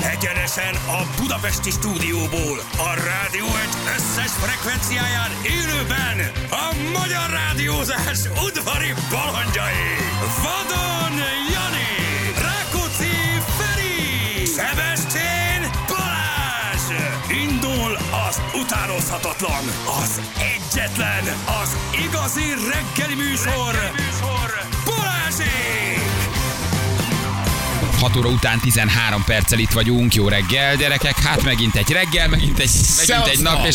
Egyenesen a Budapesti stúdióból, a rádió egy összes frekvenciáján élőben a magyar rádiózás udvari balandjai. Vadon Jani, Rákóczi Feri, Szebestén Balázs. Indul az utánozhatatlan, az egyetlen, az igazi reggeli műsor, reggeli műsor. Balázsék! 6 óra után 13 perccel itt vagyunk. Jó reggel, gyerekek. Hát megint egy reggel, megint egy, megint egy nap, és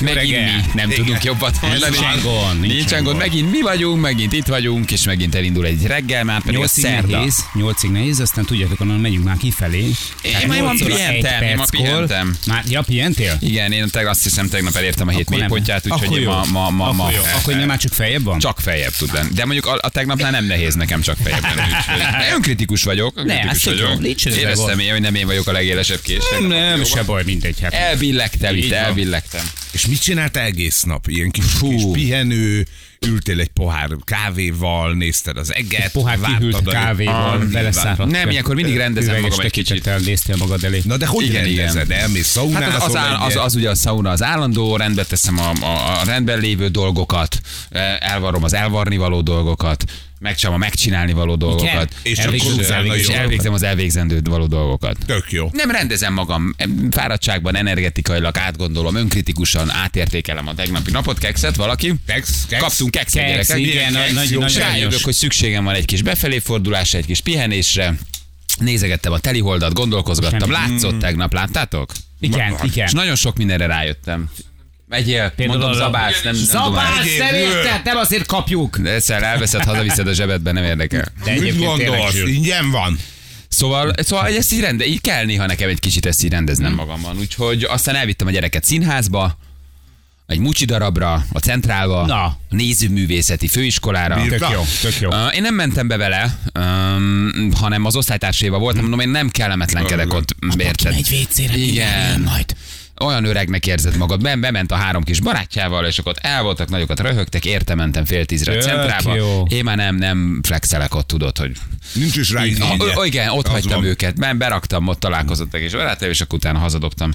megint, jó megint reggel. mi. Nem Igen. tudunk jobbat mondani. Nincsen gond, nincsen Nincsen gond. gond. Megint mi vagyunk, megint itt vagyunk, és megint elindul egy reggel, már pedig a Nyolcig szerda. nehéz, nyolcig nehéz, aztán tudjátok, onnan megyünk már kifelé. Tehát ma- ma nyolc óra egy pihentem, én ma perckor. pihentem. Már, ja, pihentél? Igen, én teg, azt hiszem tegnap elértem a hét Akkor nem. mélypontját, úgyhogy Akkor én jó. ma, ma, ma, ma. Akkor, jó. Akkor innen már csak feljebb van? Csak feljebb tud lenni. De mondjuk a, a tegnapnál nem nehéz nekem csak feljebb lenni. úgyhogy- De önkritikus vagyok. az Önkritikus tök jó. vagyok. Nincs ezzel Éreztem gond. én, hogy nem én vagyok a legélesebb késő. Nem, nem, se baj, mindegy. Hát. Elbillegtem Így itt, van. elbillegtem. És mit csinált egész nap? Ilyen kis, kis pihenő, ültél egy pohár kávéval, nézted az eget, Pohár vártad a- kihűlt Ah, kávéval, nyilván. beleszáradt. Nem, ilyenkor mindig rendezem Üveges magam egy kicsit. tekintettel néztél magad elé. Na de hogy Igen, igen, rendezed? igen. Elmész szaunázol Hát az, az, áll, egyet? az, az ugye a szauna az állandó, rendbe teszem a, a, a rendben lévő dolgokat, eh, elvarrom az elvarni való dolgokat, megcsinálom a megcsinálni való dolgokat, És csak elvégzem- konzerválni és dolgokat. elvégzem az elvégzendő való dolgokat. Tök jó. Nem rendezem magam, em, fáradtságban, energetikailag átgondolom, önkritikusan átértékelem a tegnapi napot, kekszet valaki. Kex, kex. Kaptunk kekszet, Kex, gyerekek. igen, Kex, nagy- jó. nagy- És nagy rájövök, aranyos. hogy szükségem van egy kis befelé fordulásra, egy kis pihenésre. Nézegettem a teliholdat, gondolkozgattam. Semmi. Mm. Látszott tegnap, láttátok? Igen, igen. És nagyon sok mindenre rájöttem. Megyél, Például mondom, arra- zabász, nem, nem Szabás, tudom. nem érted, nem azért kapjuk. De egyszer elveszed, hazaviszed a zsebedbe, nem érdekel. De Mit egyébként tényleg gondolsz? zsűr. Ingyen van. Szóval, szóval ezt így, rende, így kell néha nekem egy kicsit ezt így rendeznem Mm. magamban. Úgyhogy aztán elvittem a gyereket színházba, egy mucsi darabra, a centrálba, Na. a nézőművészeti főiskolára. Birka. Tök jó, tök jó. Ö, Én nem mentem be vele, öm, hanem az osztálytársaival voltam, mondom, én nem kellemetlenkedek ott, érted? Egy WC-re Igen. majd. Olyan öregnek érzed magad. Ben, bement a három kis barátjával, és akkor ott el voltak, nagyokat röhögtek, érte mentem fél tízre a Tök centrába. jó. Én már nem, nem flexelek ott, tudod, hogy Nincs is rá igénye. Ah, ö- igen, ott Az hagytam van. őket, ben, beraktam, ott találkozottak és barátaim, és akkor utána hazadobtam,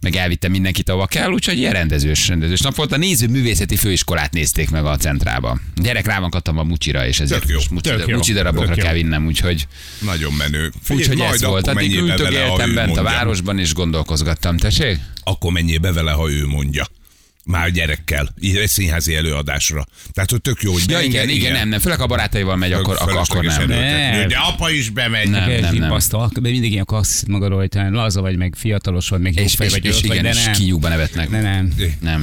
meg elvittem mindenkit, ahova kell, úgyhogy ilyen rendezős, rendezős nap volt. A néző művészeti főiskolát nézték meg a centrába. Gyerek rá van kattam a mucsira, és ezért Tök jó, most mucsi, tök jó, mucsi darabokra tök jó. kell vinnem, úgyhogy, Nagyon menő. Figyelj, úgyhogy ez majd volt. akkor Addig menjél be vele, ha ültögéltem ő bent a mondja. városban, és gondolkozgattam. Tessék? Akkor menjél be vele, ha ő mondja. Már gyerekkel. Így egy színházi előadásra. Tehát, hogy tök jó, hogy Ja, benne- igen, igen, nem, nem. Főleg a barátaival megy, akkor, akkor, akkor Fölösleges nem. erőltetni. Nem. De apa is bemegy. Nem. Nem, nem, De mindig ilyen akkor azt hiszed magadról, hogy talán laza vagy, meg fiatalos vagy, meg És, jófej és, vagy, és ölt vagy, igen, de és nem. kiúba nevetnek. De nem. Nem.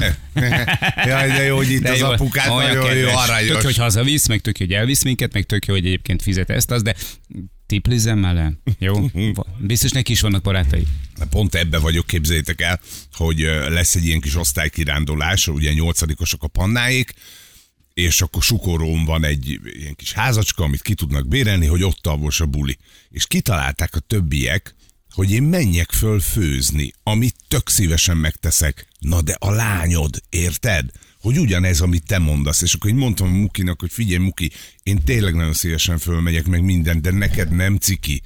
Jaj, de jó, hogy itt De az jó, apukád olyan nagyon jó, kedves. Tök, aranyos. jó, hogy hazavisz, meg tök, jó, hogy elvisz minket, meg tök, jó, hogy egyébként fizet ezt, az, de tiplizem vele. Jó? Biztos neki is vannak barátai. Pont ebbe vagyok, képzeljétek el, hogy ö, lesz egy ilyen kis osztálykirándulás, ugye nyolcadikosok a pannáik, és akkor Sukorón van egy ilyen kis házacska, amit ki tudnak bérelni, hogy ott alvos a buli. És kitalálták a többiek, hogy én menjek föl főzni, amit tök szívesen megteszek. Na de a lányod, érted? Hogy ugyanez, amit te mondasz. És akkor így mondtam a Mukinak, hogy figyelj Muki, én tényleg nagyon szívesen fölmegyek meg minden, de neked nem ciki.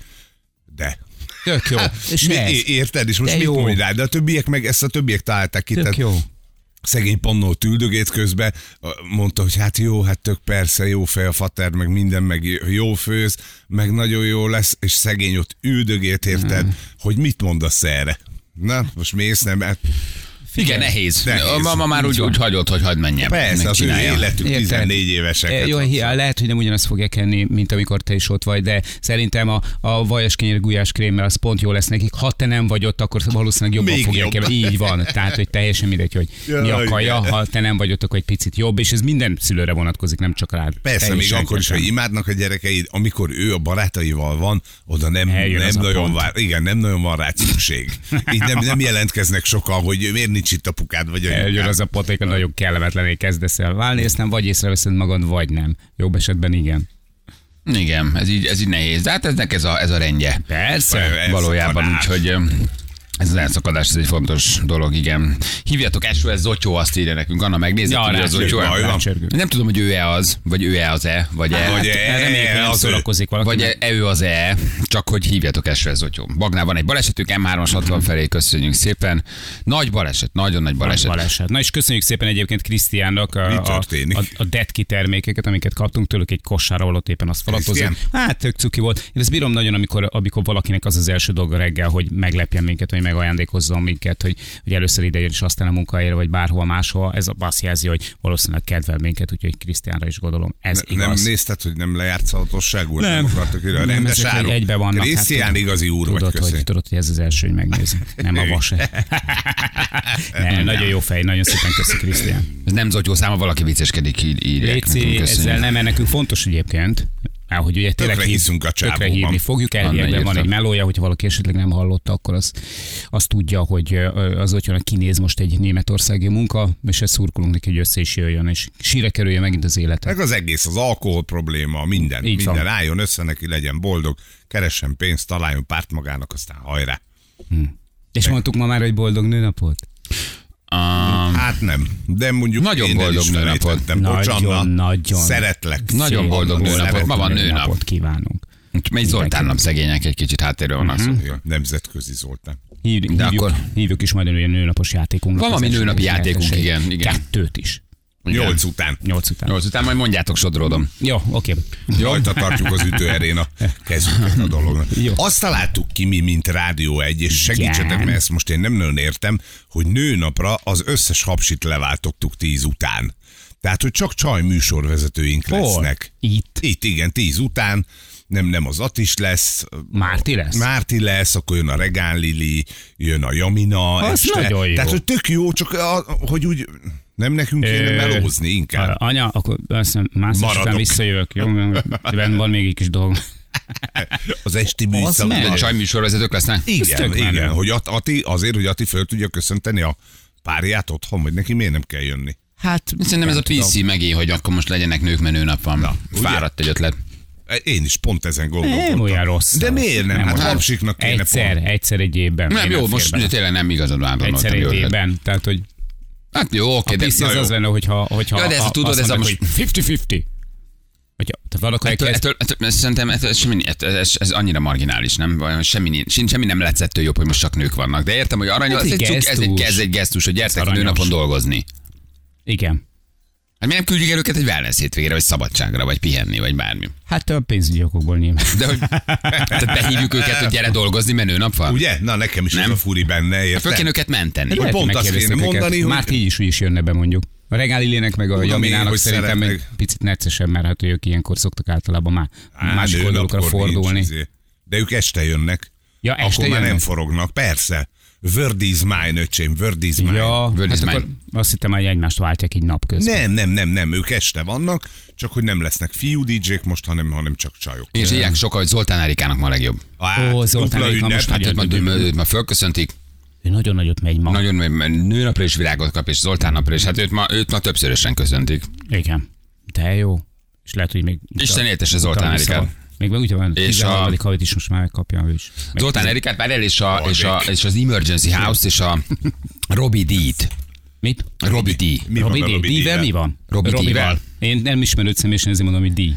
De. Tök jó. És Mi, ez? é- érted? És most De mit jó. mondj rá? De a többiek meg ezt a többiek találták ki. Tök tehát jó. Szegény pannó üldögét közben a- mondta, hogy hát jó, hát tök persze, jó fej a fater, meg minden, meg jó főz, meg nagyon jó lesz, és szegény ott üldögét, érted? Mhm. Hogy mit mondasz erre? Na, most mész, nem? Hát Igen, nehéz. Nehéz. A mama már úgy, úgy hagyott, hogy hagyd menjen. persze, az ő Megcsinálja. életük hát Érted. 14 éveseket. E, Jó, hiá, lehet, hogy nem ugyanazt fogják enni, mint amikor te is ott vagy, de szerintem a, a vajas kenyér gulyás krémmel az pont jó lesz nekik. Ha te nem vagy ott, akkor valószínűleg jobban Még fogják jobb. el. Így van. Tehát, hogy teljesen mindegy, hogy mi a Jaj, kaja, igen. ha te nem vagy ott, akkor egy picit jobb, és ez minden szülőre vonatkozik, nem csak rád. Persze, még Teljesen akkor is, ha egyértelmű. imádnak a gyerekeid, amikor ő a barátaival van, oda nem, Eljön nem az a nagyon pont. vár, igen, nem nagyon van rá szükség. Így nem, nem jelentkeznek sokan, hogy miért nincs itt apukád vagy Eljön anyukád. az a pont, amikor nagyon kellemetlené kezdesz el válni, és nem vagy észreveszed magad, vagy nem. Jobb esetben igen. Igen, ez így, ez így nehéz. De hát eznek ez a, ez a rendje. Persze. Ez Valójában, tanár. úgyhogy... öm, Ez az elszakadás, ez egy fontos dolog, igen. Hívjatok SOS Zotyó, azt írja nekünk. Anna, megnézed, Ja, hogy az rácsörgő, Zotyó? baj van. rácsörgő. Nem tudom, hogy ő-e az, vagy ő-e az E, vagy E. Vagy Hát, E, Reméljük, hogy nem az ő. szórakozik valaki. Vagy e, ő az E, csak hogy hívjatok SOS Zotyó. Bagnál van egy balesetünk, M3-as 60 felé, köszönjük szépen. Nagy baleset, nagyon nagy baleset. Nagy baleset. Na és köszönjük szépen egyébként Krisztiánnak a, Mi a, történik? a, a Detki termékeket, amiket kaptunk tőlük, egy kosárra volt éppen azt falatozott. Krisztián? Hát tök cuki volt. Én ezt bírom nagyon, amikor, amikor valakinek az az első dolga reggel, hogy meglepjen minket, vagy megajándékozzon minket, hogy, hogy először ide jön, és aztán a munkahelyre, vagy bárhol máshol. Ez azt jelzi, hogy valószínűleg kedvel minket, úgyhogy Krisztiánra is gondolom. Ez Ne- Nem igaz. nézted, hogy nem lejárt szavatosságú? Nem. Nem. nem akartak ide. A Nem, rendes ezek áru. egybe vannak. Hát Krisztián tudod- igazi úr vagy, tudod, köszönjük. hogy, tudod, hogy ez az első, hogy megnézi. Nem a vase. nem, nagyon jó fej, nagyon szépen köszi Krisztián. Ez nem Zotyó száma, valaki vicceskedik, így írják. nekünk, Léci, köszönjük. ezzel nem, mert nekünk fontos egyébként, mert hogy ugye tényleg Tökre hív- hiszünk a csávóban. Tökre hívni fogjuk, elviekben írta. van egy melója, hogy valaki esetleg nem hallotta, akkor az, az tudja, hogy ö, az otthon kinéz most egy németországi munka, és ezt szurkolunk neki, hogy össze is jöjjön, és síre kerülje megint az élete. Meg az egész, az alkohol probléma, minden, Így minden van. álljon össze neki, legyen boldog, keressen pénzt, találjon párt magának, aztán hajrá. És mondtuk ma már, hogy boldog nőnapot? Ah, Hát nem, de mondjuk Nagyon én el boldog is nőnapot. felejtettem. Bocs, Nagyon, Anna, nagyon. Szeretlek. Nagyon Szép boldog Anna, nőnapot. szeretlek. Ma van nőnap. Nőnapot kívánunk. megy Zoltán nap szegények, egy kicsit háttérben van Mhm. az. Jó, Nemzetközi Zoltán. Hív, hívjuk, akkor- hívjuk is majd ugye nőnapos játékunknak. Van az valami esetleges nőnapi játékunk, nyerteseit. igen, igen. Kettőt is. Igen. Nyolc után. Nyolc után. Jó, azután majd mondjátok, sodródom. Jó, oké. Jó. Rajta tartjuk az ütőerén a kezünket a dolognak. Jó. Azt találtuk ki mi, mint Rádió egy és segítsetek, Igen. mert ezt most én nem nagyon értem, hogy nőnapra az összes hapsit leváltottuk tíz után. Tehát, hogy csak csaj műsorvezetőink Hol? lesznek. Itt. Itt, igen, tíz után. Nem, nem az Atis lesz, Márti lesz? Márti lesz, akkor jön a Regán Lili, jön a Jamina. Az nagyon jó. Tehát, hogy tök jó, csak a, hogy úgy nem nekünk kéne Ö, melózni inkább. Arra, anya, akkor azt hiszem, más után Maradok. visszajövök. Jó, ben van még egy kis dolog. Az esti műszak. meg. A csajműsorvezetők lesznek? Igen, tök igen, menő. hogy At- Ati, azért, hogy Ati föl tudja köszönteni a párját otthon, hogy neki miért nem kell jönni. Hát, Szerintem ez a PC megé, hogy akkor most legyenek nők, mert nőnap van. Na, ugye? Fáradt egy ötlet. E, Én is pont ezen nem gondolkodtam. olyan rossz. De miért nem? Hát olyan- hapsiknak kéne Egyszer, egyszer egy évben. Nem, Én jó, nem most fér bele. tényleg nem igazad van. Egyszer gondoltam, egy jó ötlet. évben. Tehát, hogy Hát jó, oké, a de PC na az jó. az lenne, hogyha, hogyha Ja, de ez ha- a- tudod, azt ez a mondanak, most- hogy 50-50. Hogyha, tehát valaki Ettől, elkezd, ettől, ettől, szerintem ettől, semmi, ettől, ez, ez, annyira marginális, nem? Vagy Semmi, nincs- sincs, semmi nem letszettől jobb, hogy most csak nők vannak. De értem, hogy arany, Hát ez, egy egy cuk, ez, egy, gesztus. ez egy gesztus, hogy gyertek a aranyos. nőnapon dolgozni. igen. Hát mi nem küldjük el őket egy wellness hétvégére, vagy szabadságra, vagy pihenni, vagy bármi. Hát a pénzügyi okokból nyilván. De hogy tehát behívjuk őket, hogy gyere dolgozni, menő nap van. Ugye? Na, nekem is nem. ez a furi Hát benne, Föl kéne érted? őket menteni. Lehet, pont hogy azt megkérdeztek kéne őket. mondani, hogy- Már így is úgy is jönne be mondjuk. A Regál Illének meg a Tudom én, Jaminának hogy szerintem egy szeretnek. picit neccesebb, mert hát ők ilyenkor szoktak általában már Á, másik nő, oldalukra napkor nincs fordulni. izé. De ők este jönnek. Ja, Akkor este már nem jönnek? forognak, persze. Word is mine, öcsém, word is mine. Ja, Völgy hát is akkor menj. azt hittem, hogy egymást váltják így napközben. Nem, nem, nem, nem, ők este vannak, csak hogy nem lesznek fiú DJ-k most, hanem, hanem csak csajok. És írják sokan, hogy Zoltán Erikának ma a legjobb. Á, Ó, Zoltán dupla Erika ünnep. most Hát Hát, őt ma, őt ma fölköszöntik, Ő nagyon nagyot megy ma. nagyon nőnapra is virágot kap, és Zoltán napra is. Hát őt ma, őt ma többszörösen köszöntik. Igen. De jó. És lehet, hogy még... Isten éltesse Zoltán utána Erikát. vissza- Még meg ugye van, És a- 13. havit is most már megkapja ő is. Meg Zoltán Erikát már el, és, a, és, a, és az Emergency House, és a Robi D-t. Mit? Robi D. Mi van Robi a D. Robi D-vel D-vel? mi van? Robi D-vel. Robival. Én nem ismerőd személyesen, ezért mondom, hogy D.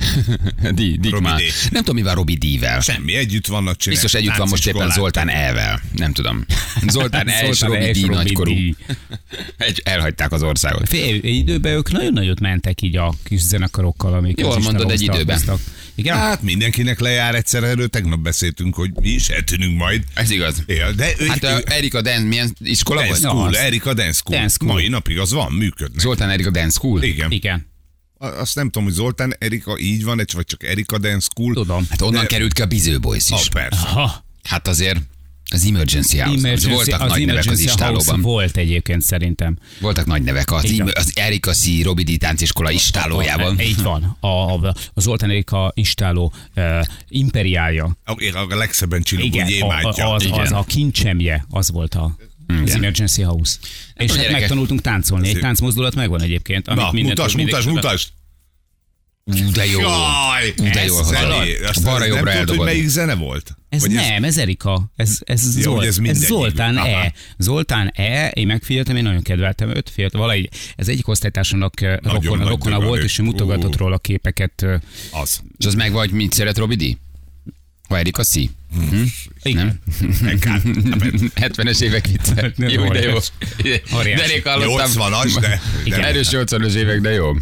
D. Dick Robi már. D. Nem tudom, mi van Robi D-vel. Semmi, együtt vannak csinálni. Biztos együtt van most éppen Tánciskolát. Zoltán E-vel. Nem tudom. Zoltán E és Robi D nagykorú. Egy, elhagyták az országot. Fél egy időben ők nagyon nagyot mentek így a kis zenekarokkal, amik Jól az Isten mondod, egy hozta, időben. hoztak. Igen? Hát mindenkinek lejár egyszer, erről tegnap beszéltünk, hogy mi is eltűnünk majd. Ez igaz. Ja, de ő, Hát a Erika Dan, milyen iskola Dance volt? Na, School, azt- Erika Dance School. Dance School. Mai napig az van, működnek. Zoltán Erika Dance School? Igen. Igen. A- Azt nem tudom, hogy Zoltán Erika így van, vagy csak Erika Dance School. Tudom. Hát onnan De- került ki a Biző Boys Ah, is. persze. Ha, Hát azért az Emergency House. Emergency- voltak nagy nevek az Emergency House istálóban. Volt egyébként szerintem. Voltak nagy nevek. Az, Igen. Emer- az Erika C. Robi D. tánciskola istálójában. A- Így van. A, a, a Zoltán Erika istáló uh, imperiálja. A, a legszebben csillogó Igen, a, gyémántja. a, az, Igen. az a kincsemje, az volt a az Emergency House. És hát gyerekek. megtanultunk táncolni. Egy Szép. táncmozdulat megvan egyébként. amit Na, mindent- mutas, mindig- mutas, mutas. Ú, de jó. Jaj! Ú, de jól ez hallod. zené. Aztán Balra nem jobbra tudod, hogy eldobod. melyik zene volt? Ez Vagy nem, ez, Erika. Ez, ez, Jó, Zolt, hogy ez ez, mindegyik. Zoltán Aha. E. Zoltán E. Én megfigyeltem, én nagyon kedveltem őt. Fiatal, valahogy ez egyik osztálytársamnak eh, rokona, nagy rokona dögölő. volt, és ő mutogatott Ú. róla képeket. eh, Az. És az meg vagy, mint szeret Robi D? Ha Erika C. Igen. Ekár. 70-es évek vicce. Hát Nem Jó, de jó. óriás. Óriás. De rég hallottam. 80-as, de... Igen. de- Erős 80-as évek, de jó.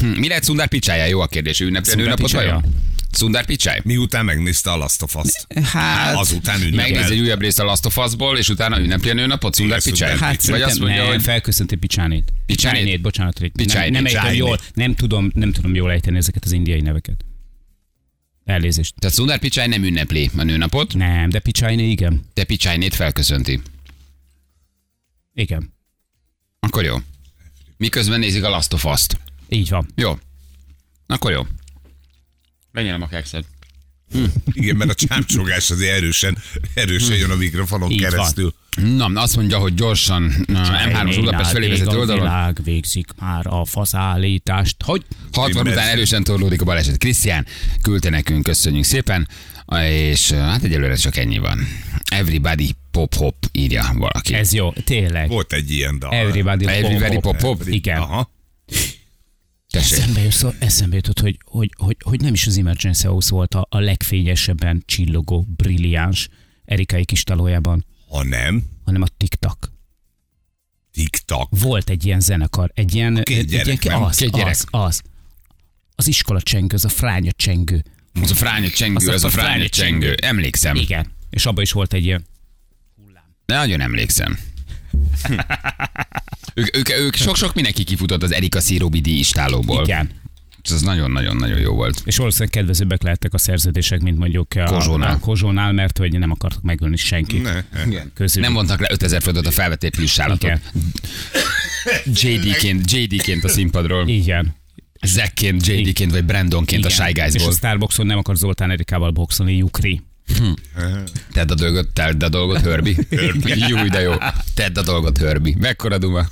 Hm, Mi lehet Szundár Picsája? Jó a kérdés. Ő ünnepelő Szundár napot Picsája? vajon? Szundár Picsáj? Miután megnézte a Last of Us-t. Hát, Azután Megnéz egy ünnepelt. újabb részt a Last of Us-ból, és utána ünnepli a nőnapot, Szundár Igen, Picsáj. Szundár Hát Vagy szerintem azt mondja, nem, hogy felköszönti Picsánét. Picsánét? bocsánat, Rick. Picsánét. Nem, nem, ejtem Picsánét. jól, nem, tudom, nem tudom jól ejteni ezeket az indiai neveket. Elnézést. tehát Szundár Picsáj nem ünnepli a nőnapot, Nem, de Picsájné igen. de Picsájnét felköszönti. Igen. Akkor jó. Miközben nézik a Last of Us-t. Így van. Jó. Akkor jó. Legyen a kekszed. Igen, mert a csámcsogás azért erősen, erősen jön a mikrofonon Hmm. Így van. keresztül. Na, azt mondja, hogy gyorsan uh, M3-as Budapest felé Vége vezető a oldalon. világ végzik már a faszállítást. Hogy? 60 után erősen torlódik a baleset. Krisztián küldte nekünk, köszönjük szépen. És uh, hát egyelőre csak ennyi van. Everybody pop hop írja valaki. Ez jó, tényleg. Volt egy ilyen dal. Everybody, Everybody pop hop. Igen. Aha. Tessék. Eszembe, jutott, eszembe jutott, hogy, hogy, hogy, hogy nem is az Emergency House volt a, a legfényesebben csillogó, brilliáns Erikai kis talójában, Ha nem, hanem a TikTok. tiktak. Volt egy ilyen zenekar, egy ilyen... két egy gyerek, ilyen nem? az, Két gyerek. az, az, az iskola csengő, az a fránya csengő. Az a fránya csengő, az a fránya csengő. Emlékszem. Igen. És abban is volt egy ilyen... Nagyon emlékszem. ők, ők, ők sok-sok mindenki kifutott az Erika Szirobidi istálóból. Igen. És az nagyon-nagyon-nagyon jó volt. És valószínűleg kedvezőbbek lehettek a szerződések, mint mondjuk a, Kozsónál. a Kozsónál, mert hogy nem akartak megölni senkit. Ne. Igen. Közülük. Nem vontak le 5000 földet a felvetett Igen. lissállatot. JD-ként, JD-ként a színpadról. Igen. Zackként, JD-ként vagy Brandonként a Shy És a Guys-ból. Starboxon nem akar Zoltán Erikával boxolni, Jukri. E, Tedd a dolgot, tedd a dolgot, Hörbi. Jó, de jó. Tedd a dolgot, Hörbi. Mekkora duma.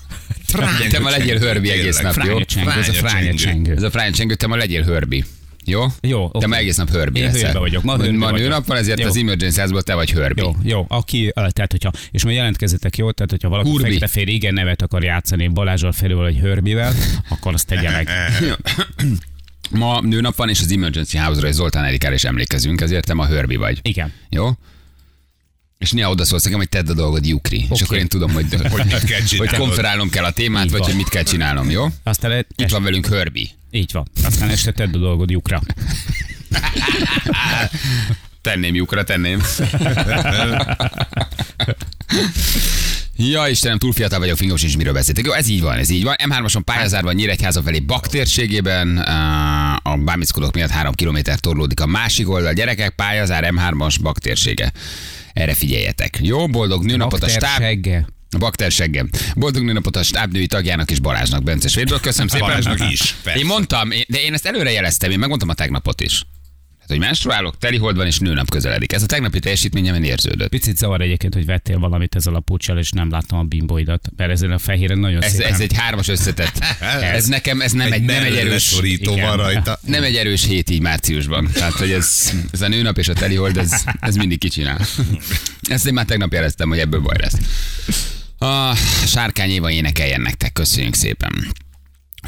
Fránya Te ma legyél csengő, Hörbi egész tényleg, nap, jó? Fránya csengő, ez a Fránya fránya csengő. csengő. Ez a Frány Csengő, te ma legyél hörbi. Jó? Jó, Te oké. ma egész nap hörbi Én leszel. hőrbe vagyok, ma hőrbe Ma vagyok. nőnap van, ezért Jó. az Emergency House-ból te vagy hörbi. Jó, Jó. jó, aki, ö, tehát hogyha, és majd jelentkezzetek, jó, tehát hogyha valaki Hurbi. fekete-fehér igen nevet akar játszani Balázsal felül vagy Hörbivel, akkor azt tegye meg. Ma nőnap van, és az Emergency House-ra és Zoltán Erikára is emlékezünk, ezért te ma hörbi vagy. Igen. Jó? És néha oda szólsz nekem, hogy tedd a dolgod, Jukri. Okay. És akkor én tudom, hogy, Hogy mit kell hogy csinálnod. konferálnom kell a témát, Így vagy van. hogy mit kell csinálnom, jó? Aztán le, Itt es, van velünk Hörbi. így van. Aztán este tedd a dolgod lyukra. Tenném lyukra, tenném. Ja, Istenem, túl fiatal vagyok, fingom sincs, miről beszéltek. Jó, ez így van, ez így van. M3-ason pályázárban Nyíregyháza felé Bak térségében, á, a bámészkodók miatt 3 km torlódik a másik oldal. Gyerekek, pályázár M3-as Bak térsége. Erre figyeljetek. Jó, boldog nőnapot a Bakter stáb. segge. Bakter seggem. Boldog nőnapot a stábnői tagjának és Balázsnak, Bence Svédről. Köszönöm szépen. Balázsnak is, persze. Én mondtam, én- de én ezt előre jeleztem, én megmondtam a tegnapot is. Hát, hogy menstruálok, teli hold van és nőnap közeledik. Ez a tegnapi teljesítményemen érződött. Picit zavar egyébként, hogy vettél valamit ezzel a puccsal, és nem láttam a bimboidat, mert ezen a fehéren nagyon Ez, szépen. ez egy hármas összetett. Ez nekem, ez nem egy, nem egy erős. szorító van Igen. rajta. Nem egy erős hét így márciusban. Tehát, hogy ez, ez a nőnap és a teli hold, ez, ez mindig kicsinál. Ezt én már tegnap jeleztem, hogy ebből baj lesz. A sárkány Éva énekeljen nektek, köszönjük szépen.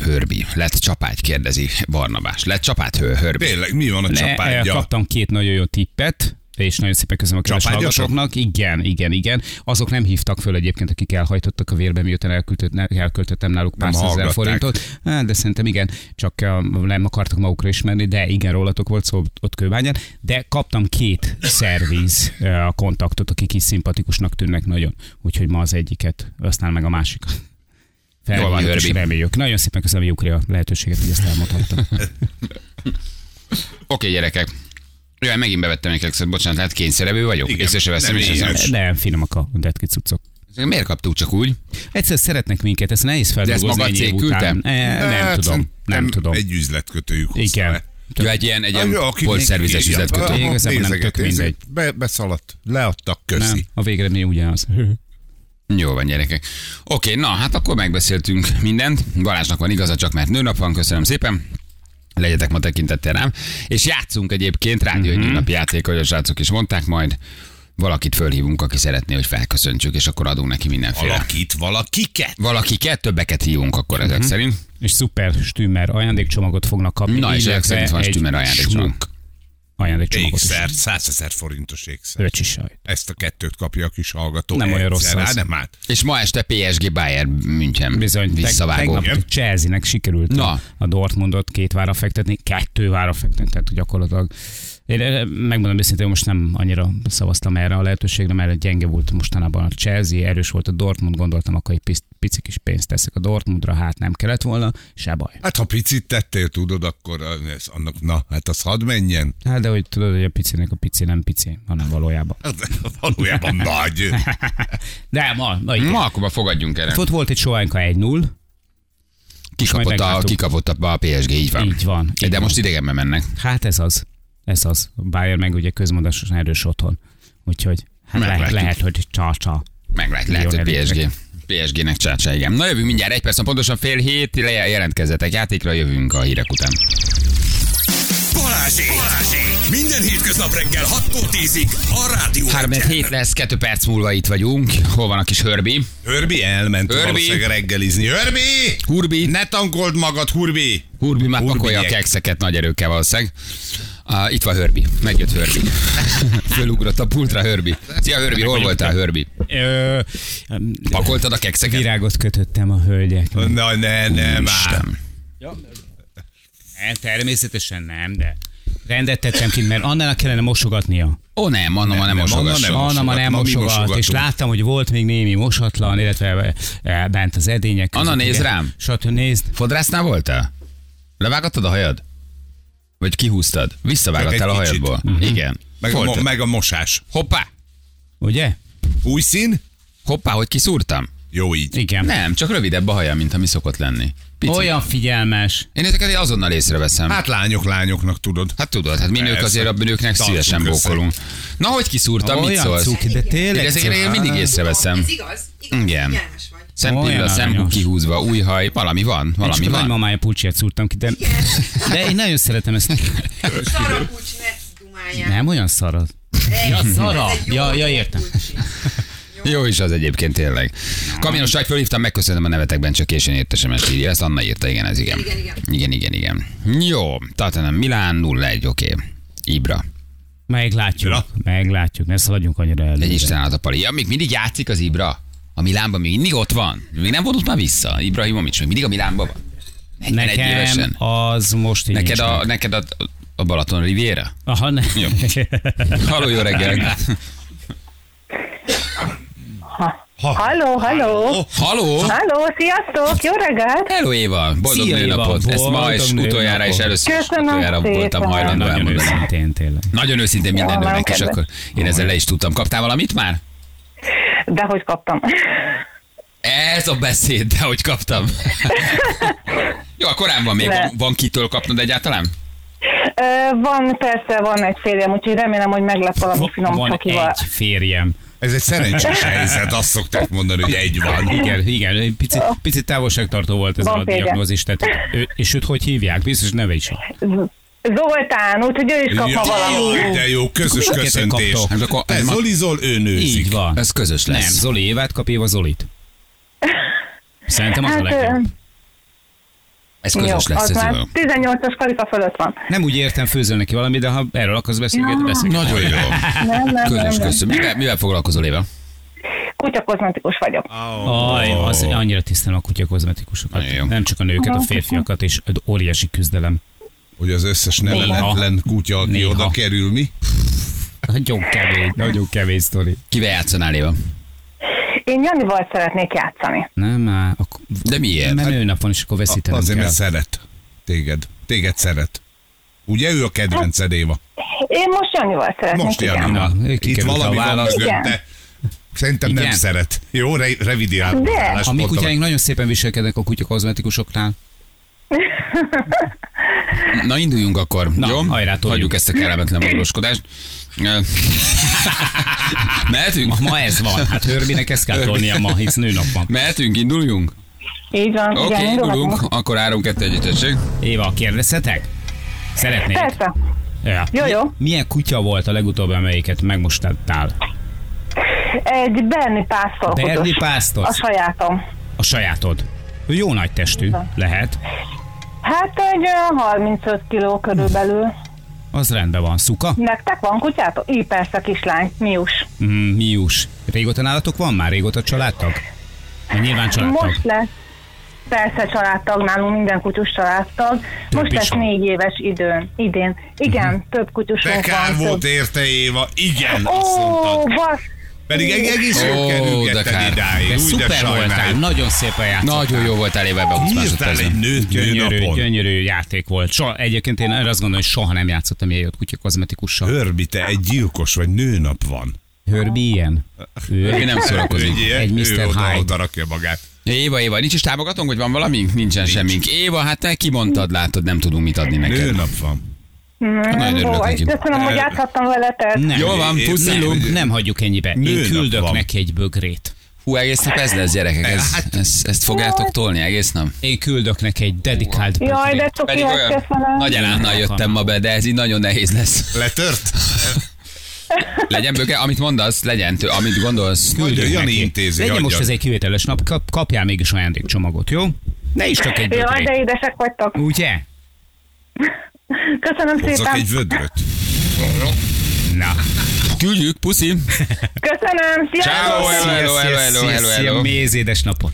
Hörbi, lett csapágy, kérdezi Barnabás. Lett csapát, hő, hörbi. Tényleg, mi van a Ne, eh, csapádja? Kaptam két nagyon jó tippet, és nagyon szépen köszönöm a kedves Csapágyasok? hallgatóknak. Igen, igen, igen. Azok nem hívtak föl egyébként, akik elhajtottak a vérbe, miután elküldött, ne- elköltöttem náluk pár Nem százezer hallgatták. forintot. Hát, de szerintem igen, csak eh, nem akartak magukra ismerni, de igen, rólatok volt szó ott kőbányán. De kaptam két szerviz eh, a kontaktot, akik is szimpatikusnak tűnnek nagyon. Úgyhogy ma az egyiket, aztán meg a másikat. Fel Jól van, van, és Hörbi. reméljük. Nagyon szépen köszönöm Jukri a lehetőséget, hogy ezt elmondhattam. Oké, gyerekek. Jaj, megint bevettem egy kekszet, bocsánat, lehet kényszerevő vagyok. Igen. Észre se veszem, Nem, és ilyen. ezem. Nem, finomak a detki cuccok. Miért kaptuk csak úgy? Egyszer szeretnek minket, ezt nehéz feldolgozni. De ezt maga ennyi év cég után. küldte? E, nem Hát, tudom, nem tudom. Egy üzletkötőjük hozta Igen. le. Ja, egy ilyen, egy Hát, ilyen polszervizes üzletkötő. Aha, Igazából nem nézeget, tök nézeget. mindegy. Be, beszaladt, leadtak, köszi. Nem, a végeredmény ugyanaz. Jó van, gyerekek. Oké, na, hát akkor megbeszéltünk mindent. Balázsnak van igaza, csak mert nőnap van, köszönöm szépen. Legyetek ma tekintettel rám. És játszunk egyébként, rádió Mhm. egy napi játék, hogy a srácok is mondták majd. Valakit fölhívunk, aki szeretné, hogy felköszöntsük, és akkor adunk neki mindenféle. Valaki. Valakit, valakiket. Valakiket, többeket hívunk akkor ezek Mhm. szerint. És szuper stűmer ajándékcsomagot fognak kapni. Na, és ezek illetve szerint van egy stűmer ajándékcsomag. smuk Ajándékcsomagot is. Ékszer, 100 ezer forintos ékszer. Öcsi sajt. Ezt a kettőt kapja a kis hallgató. Nem olyan egyszer, rossz Á, az. nem hát. És ma este PSG Bayern München Bizony, teg- visszavágó. tegnap a Chelsea-nek sikerült Na. Na. a Dortmundot két vára fektetni, kettő vára fektetni, tehát gyakorlatilag. Én eh, megmondom őszintén, most nem annyira szavaztam erre a lehetőségre, mert gyenge volt mostanában a Chelsea, erős volt a Dortmund, gondoltam, akkor egy pic- pici kis pénzt teszek a Dortmundra, hát nem kellett volna, se baj. Hát ha picit tettél, tudod, akkor ez annak, na, hát az hadd menjen. Hát de hogy tudod, hogy a picinek a pici nem pici, hanem valójában. Az Hát, Valójában nagy. De ma, na igen. Ma akkor fogadjunk erre. Ott volt egy sohányka 1-0, majd Kikapott a, meglátjuk. kikapott a a PSG, így van. így van. Így De van. most idegenbe mennek. Hát ez az. Ez az. A Bayern meg ugye közmondásosan erős otthon. Úgyhogy hát lehet, Meglátjuk. lehet, hogy csa-csa. Meg lehet, lehet hogy Lionel PSG. PSG-nek csácsa, igen. Na jövünk mindjárt egy perc, pontosan fél hét, le- jelentkezzetek játékra, jövünk a hírek után. Balázsék! Balázsék! Minden hétköznap reggel 6-tól 10-ig a Rádió 3 egyen. hét lesz, 2 perc múlva itt vagyunk. Hol van a kis Hörbi? Hörbi elment Hörbi. valószínűleg reggelizni. Hörbi! Hurbi. Ne tankold magad, Hurbi! Hurbi már Hurbiek. pakolja a kekszeket nagy erőkkel valószínűleg. Uh, itt van Hörbi, megjött Hörbi. Fölugrott a pultra Hörbi. Szia Hörbi, hol voltál Hörbi? Ö, em, Pakoltad a kekszeket? virágot kötöttem a hölgyek. Na, ne, ne, már. Isten. Természetesen nem, de rendet tettem ki, mert annának kellene mosogatnia. Ó nem, Anna ma nem nem, mosogass. Anna Anna ma mosogat, nem ma mi mosogat, mosogatunk. és láttam, hogy volt még némi mosatlan, illetve eh, bent az edények között. Anna, néz igen. rám. Stb. nézd. Fodrásznál voltál? Levágattad a hajad? Vagy kihúztad? Visszavágattál a Csak egy kicsit. hajadból? Igen. Meg, a, mo- Volt. meg a mosás. Hoppá! Ugye? Új szín? Hoppá, hogy kiszúrtam? Jó így. Igen. Nem, csak rövidebb a haja, mint ami szokott lenni. Pici. Olyan figyelmes. Én ezeket így azonnal észreveszem. Hát, Hát lányok, lányoknak tudod. hát tudod, hát mi nők Persze. azért a nőknek Tartsunk szívesen össze. bókolunk. Na, hogy kiszúrtam, mit Olyan szólsz? cuki, de tényleg. Én ezeket én cuki. mindig észreveszem. Ez igaz? igaz Igen. Járás vagy. Szempilla, Olyan szembuk aranyos. kihúzva, új haj, valami van, valami Csak a van. nagymamája pulcsiát szúrtam ki, de, de én nagyon szeretem ezt. Szarakulcs, ne dumáljál. Nem olyan szarad. Ja, szara. Ez egy jó Ja, ja, értem. szarakulcs. Jó is az egyébként tényleg. Kamionos Ságy fölhívtam, megköszönöm a nevetekben, csak későn ért SMS írja. Ezt Anna írta, igen, ez igen. Igen, igen. Igen, igen, igen. Jó, Tatanem Milán 0-1, oké. Ibra. Meglátjuk. Meglátjuk. Ne szaladjunk annyira Egy elő. Isten a pali. Ja, még mindig játszik az Ibra. A Milánban még mindig ott van. Még nem vonult már vissza. Ibrahimovic még mindig a Milánban van. 41 Nekem évesen. az most így Neked nincs meg. a, neked a, a Balaton Riviera? Aha, ne. Halló, jó reggel. Halló, halló! Halló! Halló, sziasztok! Jó reggelt! Hello Éva, boldog Szia, nőnapot. Éva, Ezt ma boldog és nőnapot. utoljára és először is Köszönöm utoljára szépen. voltam hajlandó Nagyon elmondani. őszintén tényleg. Nagyon őszinte minden Jaj, nőnek, és kedves. akkor én ezzel le is tudtam. Kaptál valamit már? De hogy kaptam? Ez a beszéd, de hogy kaptam. Jó, a korán van még. Ne. Van, van kitől kapnod egyáltalán? Ö, Van, persze, van egy férjem, úgyhogy remélem, hogy meglep valami finom Van szakival. egy férjem. Ez egy szerencsés helyzet, azt szokták mondani, hogy egy van. Igen, igen, egy picit, picit távolságtartó volt ez Van a férjem. diagnózis. Tehát, ő, és őt hogy hívják? Biztos neve is van. Zoltán, úgyhogy ő is kap ma valamit. Jó, de jó, közös Akkor mindketten köszöntés. kaptok. Hát akkor Te ez ma- zolizol, ő nőzik. Így van. Ez közös Nem, lesz. Zoli Évát kap, Éva Zolit. Szerintem az a Hát, ö, legjobb. Ez közös lesz. az Ez már jó. 18-as karika fölött van. Nem úgy értem, főzöl neki valami, de ha erről akarsz beszélgetni, beszélgetni. Nagyon jó. Nem, nem, nem, Közös, nem. köszönöm. Mivel, mivel foglalkozol Éva? Kutya kozmetikus vagyok. Aj, az annyira tisztelem a kutya kozmetikusokat. Nagyon jó. Nem csak a nőket, a férfiakat, és egy óriási küzdelem. Hogy az összes neveletlen kutya, aki Néha. oda kerül, mi? Nagyon kevés, nagyon kevés sztori. Kivel játszanál Éva? Én Janival szeretnék játszani. Nem, már, akkor, De miért? mert nőnap van, és akkor veszítenem Azért, kell. mert szeret téged. Téged szeret. Ugye ő a kedvenced, Éva? Én most Janival szeretnék. Most Hát- igen. jön. Na, ő Itt kikerült valami a van válasz. mögötte. Szerintem nem Igen. szeret. Jó, re- revidiálom. De. A mi kutyáink nagyon szépen viselkednek a kutya kozmetikusoknál. Na induljunk akkor, Na, jó? hajrá, toljunk. Hagyjuk ezt a kellemetlen valóskodást. Ö, Mehetünk? Ma, ma ez van. Hát Hörbinek ezt kell tolnia ma, hisz nőnap van. Mehetünk, induljunk? Így van, Oké, igen, okay, indulhatunk. indulunk. Akkor 3 2 1 Éva, kérdezhetek? Szeretnék. Persze. Ja. Jó, jó. Milyen kutya volt a legutóbb, amelyiket megmostáltál? Egy Berni pásztorkodós. Berni pásztor? A sajátom. A sajátod. Ő jó nagy testű lehet. Hát egy olyan 35 kiló körülbelül. Az rendben van. Szuka? Nektek van kutyátok? Í, persze, kislány, mius. Mm, mius. Régóta nálatok van már? Régóta családtag? Mert nyilván családtag. Most lesz. Persze családtag, nálunk minden kutyus családtag. Több Most is lesz van. négy éves időn, idén. Igen, több Te kutyusunk kár van. volt több- érte, Éva. Igen, azt Ó, mondtad. basz, Pedig egy egész Ó, jól de kár. kerülgetted De idáig. Úgy de szuper voltál, sajnálj. nagyon szépen játszottál. Nagyon jó voltál éve be 20 Írtál egy másodpercben. nőt Gyönyörű, nőnapon. gyönyörű játék volt. Soha, egyébként én arra azt gondolom, hogy soha nem játszottam ilyen jót kutyakozmetikussal. Hörbi, te egy gyilkos vagy, nőnap van. Hörbi ilyen? Ő nem szórakozik. Egy, Egy egy Mr. Mr. Hyde. Oda, oda rakja magát. Éva, Éva, nincs is támogatónk, vagy van valamink? Nincsen nincs. semmink. Éva, hát te kimondtad, látod, nem tudunk mit adni neked. Nőnap van. Nagyon nem örülök volt. neki. Köszönöm, hogy játszhattam veletek. Nem. Jól van, Én- puszi, én- Lu. Nem, nem hagyjuk ennyibe. Én Nőnap küldök van. neki egy bögrét. Hú, egész nap ez lesz, gyerekek. Ez, Hát- ez, ezt fogjátok tolni egész nap. Én küldök neki egy dedikált bögrét. Jaj, de cuki, Pedig hát olyan köszönöm. nagy elánnal jöttem ma be, de ez így nagyon nehéz lesz. Letört? Legyen bőke, amit mondasz, legyen tő, amit gondolsz. Küldjön Jani intézi. Legyen most adja. ez egy kivételes nap, kap, kapjál mégis ajándékcsomagot, jó? Ne is csak egy Jaj, de bögrét. édesek vagytok. Ugye? Köszönöm Hozzak szépen. egy vödröt. Na. Küldjük, puszi. Köszönöm, Ciao, sziasztok! hello, hello, hello, hello, hello, hello. Mézédes napot.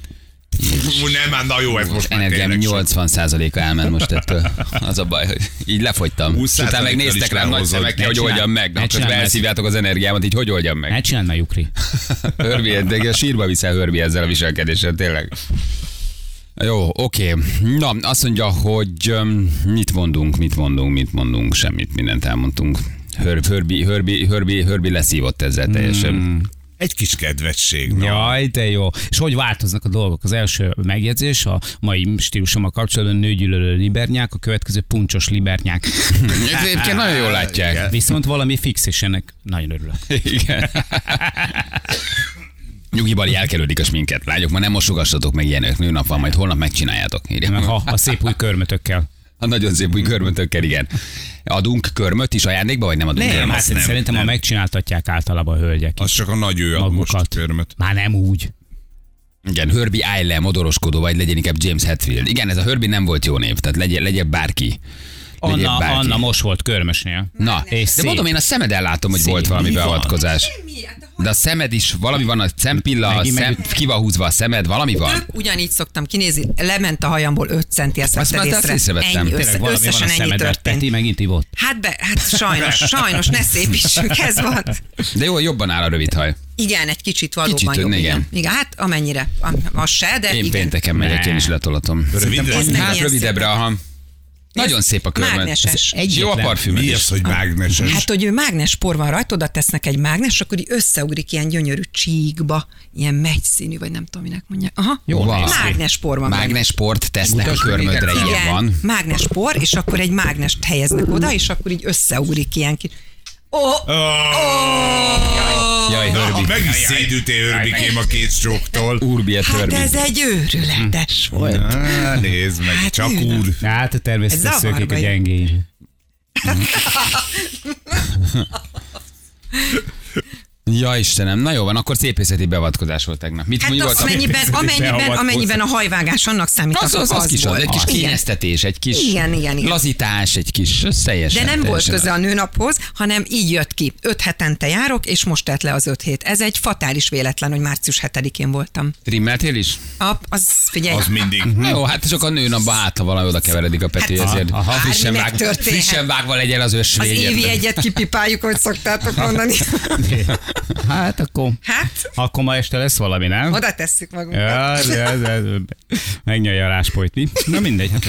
Ú, nem, már na jó, ez most már Energiám tényleg sok. 80%-a elment most ettől. Az a baj, hogy így lefogytam. És 20%-kal utána meg is néztek rám nagy felhozod. szemekkel, Ne hogy csinál- oldjam meg. Na, ne közben csinál meg. elszívjátok az energiámat, így hogy oldjam meg. Ne csináld már, Jukri. Hörbi, de a sírba viszel Hörbi ezzel a viselkedéssel, tényleg. Jó, oké. Na, azt mondja, hogy öm, mit mondunk, mit mondunk, mit mondunk, semmit, mindent elmondtunk. Hör, hörbi, hörbi, hörbi, hörbi leszívott ezzel teljesen. Mm. Hmm. Egy kis kedvesség. Na. Jaj, de jó. És hogy változnak a dolgok? Az első megjegyzés a mai stílusommal kapcsolatban nőgyűlölő libernyák, a következő puncsos libernyák. Egyébként nagyon jól látják. Viszont valami fix, és ennek nagyon örülök. Igen. Nyugiban elkerülik a sminket. Lányok, ma nem mosogassatok meg ilyenek. Nőnap van, majd holnap megcsináljátok. Írja. Ha a szép új körmötökkel. A nagyon szép új körmötökkel, igen. Adunk körmöt is ajándékba, vagy nem adunk Nem, körmöt? hát nem, szerintem nem. a megcsináltatják általában a hölgyek. Az csak a nagy ő ad most a Magukat. körmöt. Már nem úgy. Igen, Herbie Isle, modoroskodó, vagy legyen inkább James Hetfield. Igen, ez a Herbie nem volt jó név, tehát legyen, legyen bárki. Legyen Anna, bárki. Anna most volt körmösnél. Na, És de szép. mondom, én a szemeden látom, hogy Szép. volt valami Mi van? beavatkozás. Semmi, hát a De a szemed is, valami van a szempilla, a Megint szem, ki van húzva a szemed, valami van. Tök ugyanígy szoktam kinézni, lement a hajamból 5 centi, ezt Azt vetted már azt észre. észrevettem. Ennyi, Tényleg össze, Tényleg valami van a összesen ennyi szemedben. történt. Peti megint ivott. Hát, be, hát sajnos, sajnos, ne szépítsünk, ez van. De jó, jobban áll a rövid haj. Igen, egy kicsit valóban Kicsit, jobb. igen. igen. hát amennyire, am- az se, de Én igen. pénteken megyek, én is letolatom. Rövidre? ez nem Hát ilyen rövidebbre, aha. Nagyon szép a körben. Mágneses. Egy Jó a parfümöd Mi is. az, hogy mágneses? Hát, hogy ő mágnes por van rajta, oda tesznek egy mágnes, akkor így összeugrik ilyen gyönyörű csíkba, ilyen megyszínű, vagy nem tudom, minek mondják. Aha, Jó, van. mágnes por van. benne. Mágnes port tesznek a Mutasd meg körmödre, ide. ilyen van. mágnes por, és akkor egy mágnest helyeznek oda, és akkor így összeugrik ilyen kis... Ó, oh, Ó, Jaj, Hörbi. Meg is szédültél őrbikém a két stroktól. Urbi et hát Hörbi. ez egy őrületes Hm. volt. Á, Nézd meg, Hát csak ő nem. úr. Hát a természetes Ez zavarba szőkék a jön. gyengény. Ja Istenem, na jó van, akkor szépészeti beavatkozás volt tegnap. Mit Hát mondjuk az, volt? a- amennyiben, amennyiben, beavatkozás. amennyiben a hajvágás annak számít, Az, az, az, kis, volt. egy kis Igen. kényeztetés, egy kis Igen, igen, igen. lazítás, egy kis összejesítés. De nem volt köze a nőnaphoz, hanem így jött ki. Öt hetente járok, és most telt le az öt hét. Ez egy fatális véletlen, hogy március 7-én voltam. Trimmeltél is? A, az, figyelj, Az mindig. Na jó, hát csak a nőnapban hát, ha valami oda keveredik a pető, Hát, ezért aha. frissen, Bárminek vág, történhet. frissen vágva legyen az az ösvény. évi egyet kipipáljuk, hogy szoktátok mondani. Hát akkor... Hát, Akkor ma este lesz valami, nem? oda tesszük magunkat. Ja, ja, ja, ja. Megnyalja a ráspolyt, mi? Na mindegy. Hát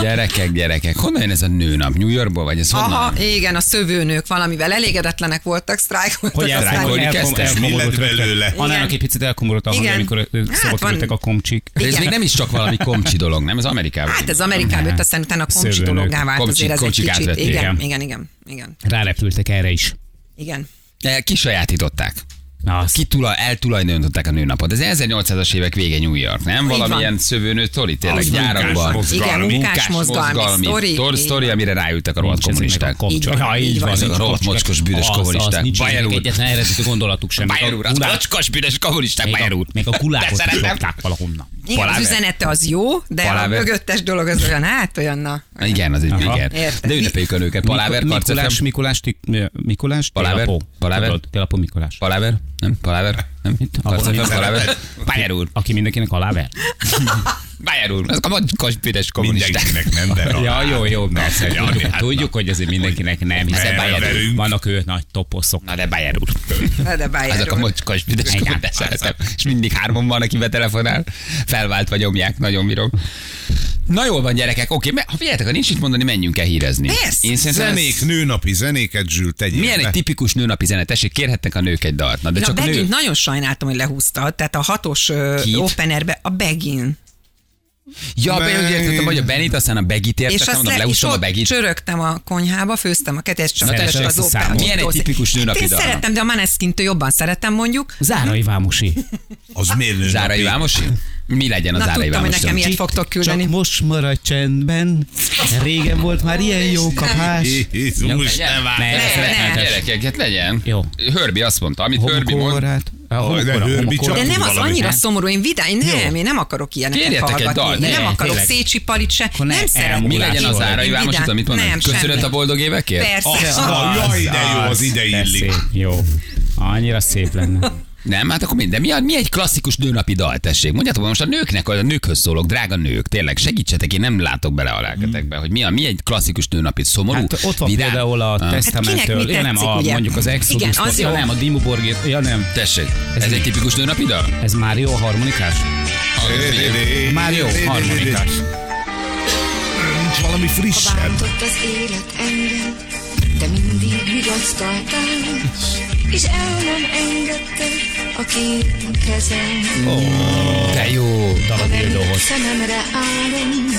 Gyerekek, gyerekek, honnan jön ez a nőnap? New Yorkból, vagy ez honnan? Aha, igen, a szövőnők valamivel elégedetlenek voltak, sztrájkoltak. hogy aztán- elszámolni? elkomolodott? kezdtek? Mi lett belőle? Annának egy picit elkomolodott a hangja, Igen. amikor ö, Hát szóba van. kerültek a komcsik. De ez Igen. még nem is csak valami komcsi dolog, nem? Ez Amerikában. Hát ez Amerikában jött, aztán utána komcsi Szövőnők. dologgá vált Komcsik- azért ez egy komcsik kicsit. átvették, Igen, igen. igen, igen, igen, Rárepültek erre is. igen. Eh, Kisajátították. Na, azt Kitula, eltulajdonították a nőnapot. Ez 1800-as évek vége New York, nem? van. Valamilyen szövőnő sztori, tényleg Az munkás gyárakban. mozgalmi. Igen, munkás mozgalmi sztori. Tor sztori, amire ráültek a rohadt Nincs ezeknek kommunisták. a Így van. Ja, így Így van. van. Ezek a rohadt mocskos bűnös kommunisták. Bajer Bajer úr. úr. Egyetlen eredeti gondolatuk sem. Bajer úr, az mocskos bűnös kommunisták, Még Bajer a, úr. még a kulákot is Beszereltem. lopták valahonnan. Igen, az Paláver. üzenete az jó, de Paláver. a mögöttes dolog az olyan, hát olyan, na. Igen, az egy Aha. igen. Érted. De ünnepeljük a nőket. Paláver, Mikul- Mikulás, karcefem. Mikulás, ti- mi- Mikulás, Paláver? Télapó. Paláver? Tudod, Télapó Mikulás. Paláver? Nem? Paláver? Nem? Abban Karcefem, nincs. paláver? Bajer úr. Aki mindenkinek aláver. Bajer úr. Ezek a mocskos bűnös kommunisták. Mindenkinek nem, de rá. Ja, jó, jó, persze. Na, tudjuk, Jani, hát Tudjuk, hogy azért mindenkinek nem, hiszen Merre Bajer úr. verünk? Vannak ő nagy toposzok. Na de Bajer úr. Na de Bayer Ezek a úr. mocskos büdös kommunisták. Szeretem. És mindig hárman van, aki betelefonál. Felváltva nyomják, nagyon bírom. Na jól van, gyerekek, oké, mert ha figyeljetek, ha nincs itt mondani, menjünk el hírezni. Persze. Én szerintem ez- Zenék, nőnapi zenéket, Zsül, tegyél Milyen be. egy tipikus nőnapi zene? Tessék, kérhetnek a nők egy dalt. Na, de Na, csak a Begint nő. nagyon sajnáltam, hogy lehúzta, tehát a hatos ö, Kit? openerbe a Begin. Ja, be, úgy értettem, vagy a Benit, aztán a Begit És értettem, azt mondom, le, és leúszom a ott Begit. csörögtem a konyhába, főztem a kettőt, és csak Na, Na, teljesen az ezt a opera. számot. Milyen egy tipikus nőnapi Én dal? szeretem, de a Maneskintől jobban szeretem mondjuk. Zárai Vámosi. Az miért nőnapi? Zárai Vámosi? Mi legyen a Na, Zárai tudtam, hogy Vámosi? nekem ilyet fogtok küldeni. Csak most maradj csendben. Régen volt már ilyen jó kapás. Jézus, Legyen? nem Ne, vár. Ne, ne, ne. Gyerekek, hát legyen. Jó. Hörbi azt mondta, amit Hörbi mond. Homokórát. A de homokóra, Hörbi homokóra. De csak- nem az Valami, annyira nem? szomorú, én vidám, én nem, én nem akarok ilyeneket Kérjetek egy hallgatni. dalt, Én nem ne, akarok tényleg. Szécsi Palit se, ne nem szeretem. Mi legyen az Én Zárai vidám. Vámosi, amit mondanak? Nem, Köszönet semmi. a Ah, boldog évekért? Persze. Az, Jaj, de jó, az ide de illik. szép, Jó. Annyira szép lenne. Nem, hát akkor mind. De mi, a, mi egy klasszikus nőnapi dal, tessék? Mondjátok, most a nőknek, a nőkhöz szólok, drága nők, tényleg segítsetek, én nem látok bele a lelketekbe, hogy mi, a, mi egy klasszikus nőnapi szomorú. Hát ott van vidám? például a Ah. kinek mi testamentől, ja, nem, tetszik, a, ugye? mondjuk az Exodus, Igen, az jó. ja, nem, a Dimmuborgét, ja nem, Tessék, ez, egy tipikus nőnapi dal? ez már jó a harmonikás? Már jó, harmonikás. Nincs valami frissebb. Bántott az élet engem, de mindig vigasztaltál, és el nem engedted a két kezem. De jó. Ha nem szememre állom,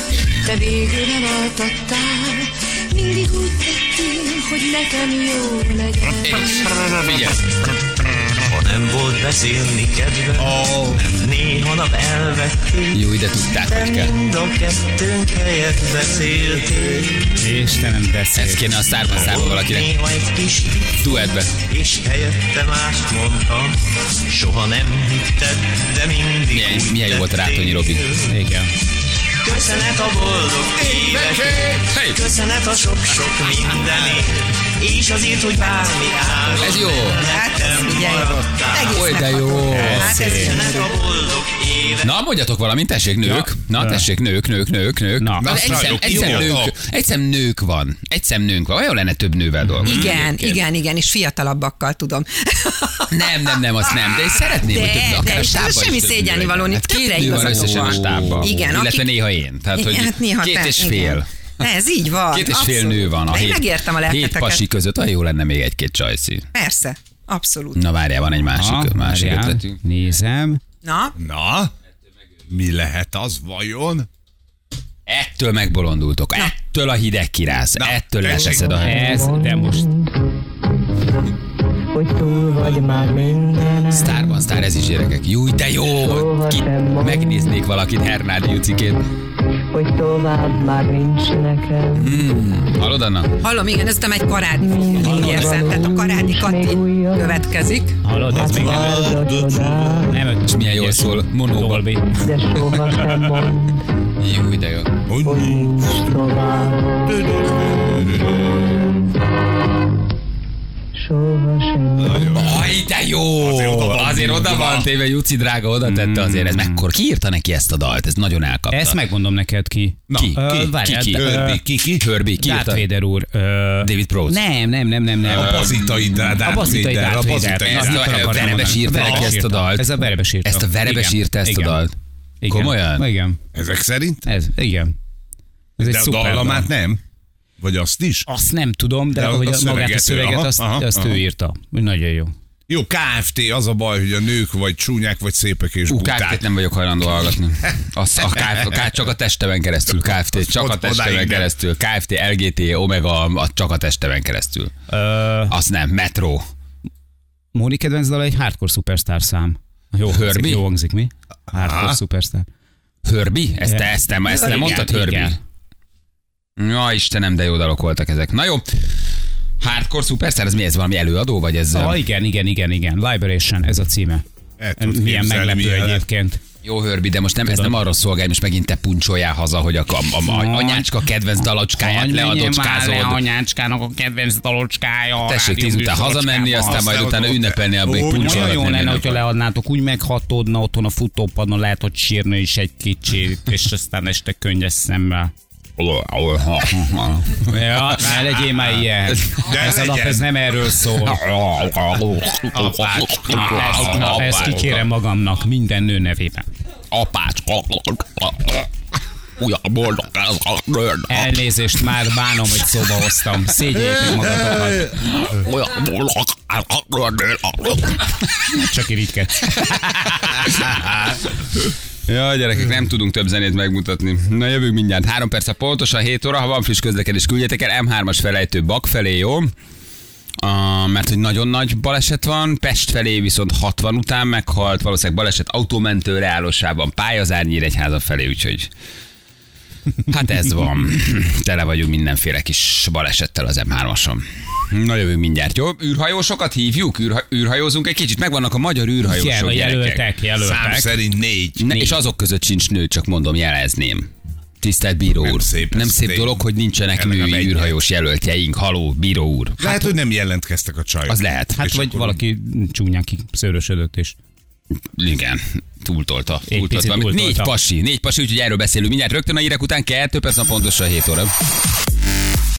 te végül elaltattál, mindig úgy tettél, hogy nekem jó legyen. Figyelj, Ha nem volt beszélni kedve, oh. néha nap elvettél, jó, ide tudták, hogy kell. mind a kettőnk helyet beszéltél. Istenem, beszél. Ez kéne a szárban szárban valakinek. Néha egy kis vicc, Duettbe. és helyette mást mondtam, soha nem hitted, de mindig Milyen- úgy milyen jó volt a tettél. Rátonyi Robi. Igen. Köszönet a boldog évekért, Hey! köszönet a sok-sok mindenért, és azért, hogy bármi áll. Ez jó. Hát ez figyelj, egész Oly, de jó. megható. Hát ez Köszönet a boldog évekért. Na, mondjatok valamit, tessék, nők. Na, tessék, nők, nők, nők, nők. Na. Na, Na, egyszem, nagyon egyszem, jó. nők, egyszem nők van. Egyszem nőnk van. Olyan lenne több nővel dolgozni. igen, egyébként. igen, igen, és fiatalabbakkal tudom. Nem, nem, nem, azt nem. De én szeretném, hogy De, több, akár de, a és stábban ez is semmi több nő szégyeni legyen. való, Hát tökre két nő van igazad összesen a van. stábban. Igen, Illetve akik- néha én. Tehát, hogy Igen, hát néha két te, és igen. fél. Ez így van. Két és fél abszolút. nő van a De én hét, megértem a hét lelketeket. pasi között. Olyan jó lenne még egy-két csajci. Persze, abszolút. Na várjál, van egy másik, Ha, másik várjál, ötletünk. Nézem. Na, Na, mi lehet az vajon? Ettől megbolondultok, ettől a hideg kirász, ettől tessék. leteszed a helyet. Ez, de most hogy túl vagy már minden. Sztárban sztár, ez is gyerekek. Júj, de jó! Ki, megnéznék valakit Hernádi Jucikét. hogy tovább már nincs nekem. Hmm. Hallod, Anna? hallom, igen, ez egy karádi film, úgy érzem. Tehát a karádi Kati következik. hallod, Hát ez még nem öt. Várd a csodát, Nem öt. És milyen jól szól, monóban. Dolby. de sohasem mond, Júj, de jó. hogy nincs tovább. Sohasem mond, Aj, de jó! Azért oda van, téve, Juci drága oda tette azért. Ez mekkor kiírta neki ezt a dalt? Ez nagyon elkapta. Ezt megmondom neked ki. ki? Ö, Ki? várjál, Ki? Ki? ö, Kirby. Ki? Ki? Kirby. Ki Darth írta? Vader úr. ö, David Prowse. Nem, nem, nem, nem, nem. A pazitai Darth hát A bazitai Vader, Darth a Vader. Na, bazitai Darth mit Vader. akartam Verebes mondani? írta Verebes neki ezt a írta. dalt. Ez a verebes írta. Ezt a verebes Igen. írta ezt a Igen. dalt. Igen. Komolyan? Igen. Ezek szerint? Ez, igen. Ez egy De a szuper dallamát dal. nem? Vagy azt is? Azt nem tudom, de, De a- hogy a a, magát a szöveget ő, szöveget, aha, azt, aha, azt aha. ő írta. Nagyon jó. Jó, KFT, az a baj, hogy a nők vagy csúnyák, vagy szépek és Ú, buták. KFT-t nem vagyok hajlandó hallgatni. Azt a Kf, a Kf, csak a testemen keresztül, KFT, csak a Odáig testemen nem. keresztül, KFT, LGT, Omega, a, csak a testemen keresztül. Ö, Azt nem, Metro. Móni kedvenc dala egy hardcore superstar szám. Jó hangzik, Herbie? jó hangzik mi? Hardcore Aha. superstar. Hörbi? Ezt, te, ezt, te, ezt nem Igen, mondtad, igen. Hörbi? Ja, Istenem, de jó dalok voltak ezek. Na jó. Hardcore Superstar, ez mi ez? Valami előadó, vagy ez? Ah, igen, igen, igen, igen. Liberation, ez a címe. El tud Milyen képzelni, meglepő milyen- egyébként. Jó, Hörbi, de most nem, ez nem arról szolgál, hogy most megint te puncoljál haza, hogy a, a, a, a anyácska kedvenc dalocskáját leadocskázod. anyácskának a kedvenc dalocskája. Tessék, tíz után hazamenni, aztán majd utána ünnepelni a Ó, Nagyon puncolat. jó lenne, hogyha leadnátok, úgy meghatódna otthon a futópadon, lehet, hogy sírni is egy kicsit, és aztán este könnyes szemmel. Ja, ne legyél már ilyen. De ez a legyen. nap, ez nem erről szól. Ezt, ezt kikérem magamnak, minden nő nevében. Apácska. Ugyan boldog ez a nőn. Elnézést, már bánom, hogy szóba hoztam. Szégyeljétek magatokat. Olyan boldog ez a nőn. Csak irigykedsz. Ja, gyerekek, nem tudunk több zenét megmutatni. Na jövünk mindjárt. Három perc a pontosan 7 óra, ha van friss közlekedés, küldjetek el M3-as felejtő bak felé, jó? Uh, mert hogy nagyon nagy baleset van, Pest felé viszont 60 után meghalt, valószínűleg baleset autómentőre állósában, pályazár Nyíregyháza felé, úgyhogy hát ez van. Tele vagyunk mindenféle kis balesettel az M3-ason. Na jövünk mindjárt, jó? Űrhajósokat hívjuk, Űrha- űrhajózunk egy kicsit, megvannak a magyar Igen, űrhajósok, vagy gyerekek. jelöltek, jelöltek. Szám szerint négy. Ne, és azok között sincs nő, csak mondom, jelezném. Tisztelt bíró Nem úr. szép ez nem szép tény. dolog, hogy nincsenek Ennek a női Hát, mennyet. űrhajós jelöltjeink. Haló, bíró úr. Lehet, hogy nem jelentkeztek a csajok. Az lehet. Hát Hát vagy valaki csúnyán kiszőrösödött és igen, túltolta. Egy túltolta. picit túltolta. Négy pasi, négy pasi, úgyhogy erről beszélünk mindjárt rögtön a hírek után, kettő perc, na pontosan 7 óra.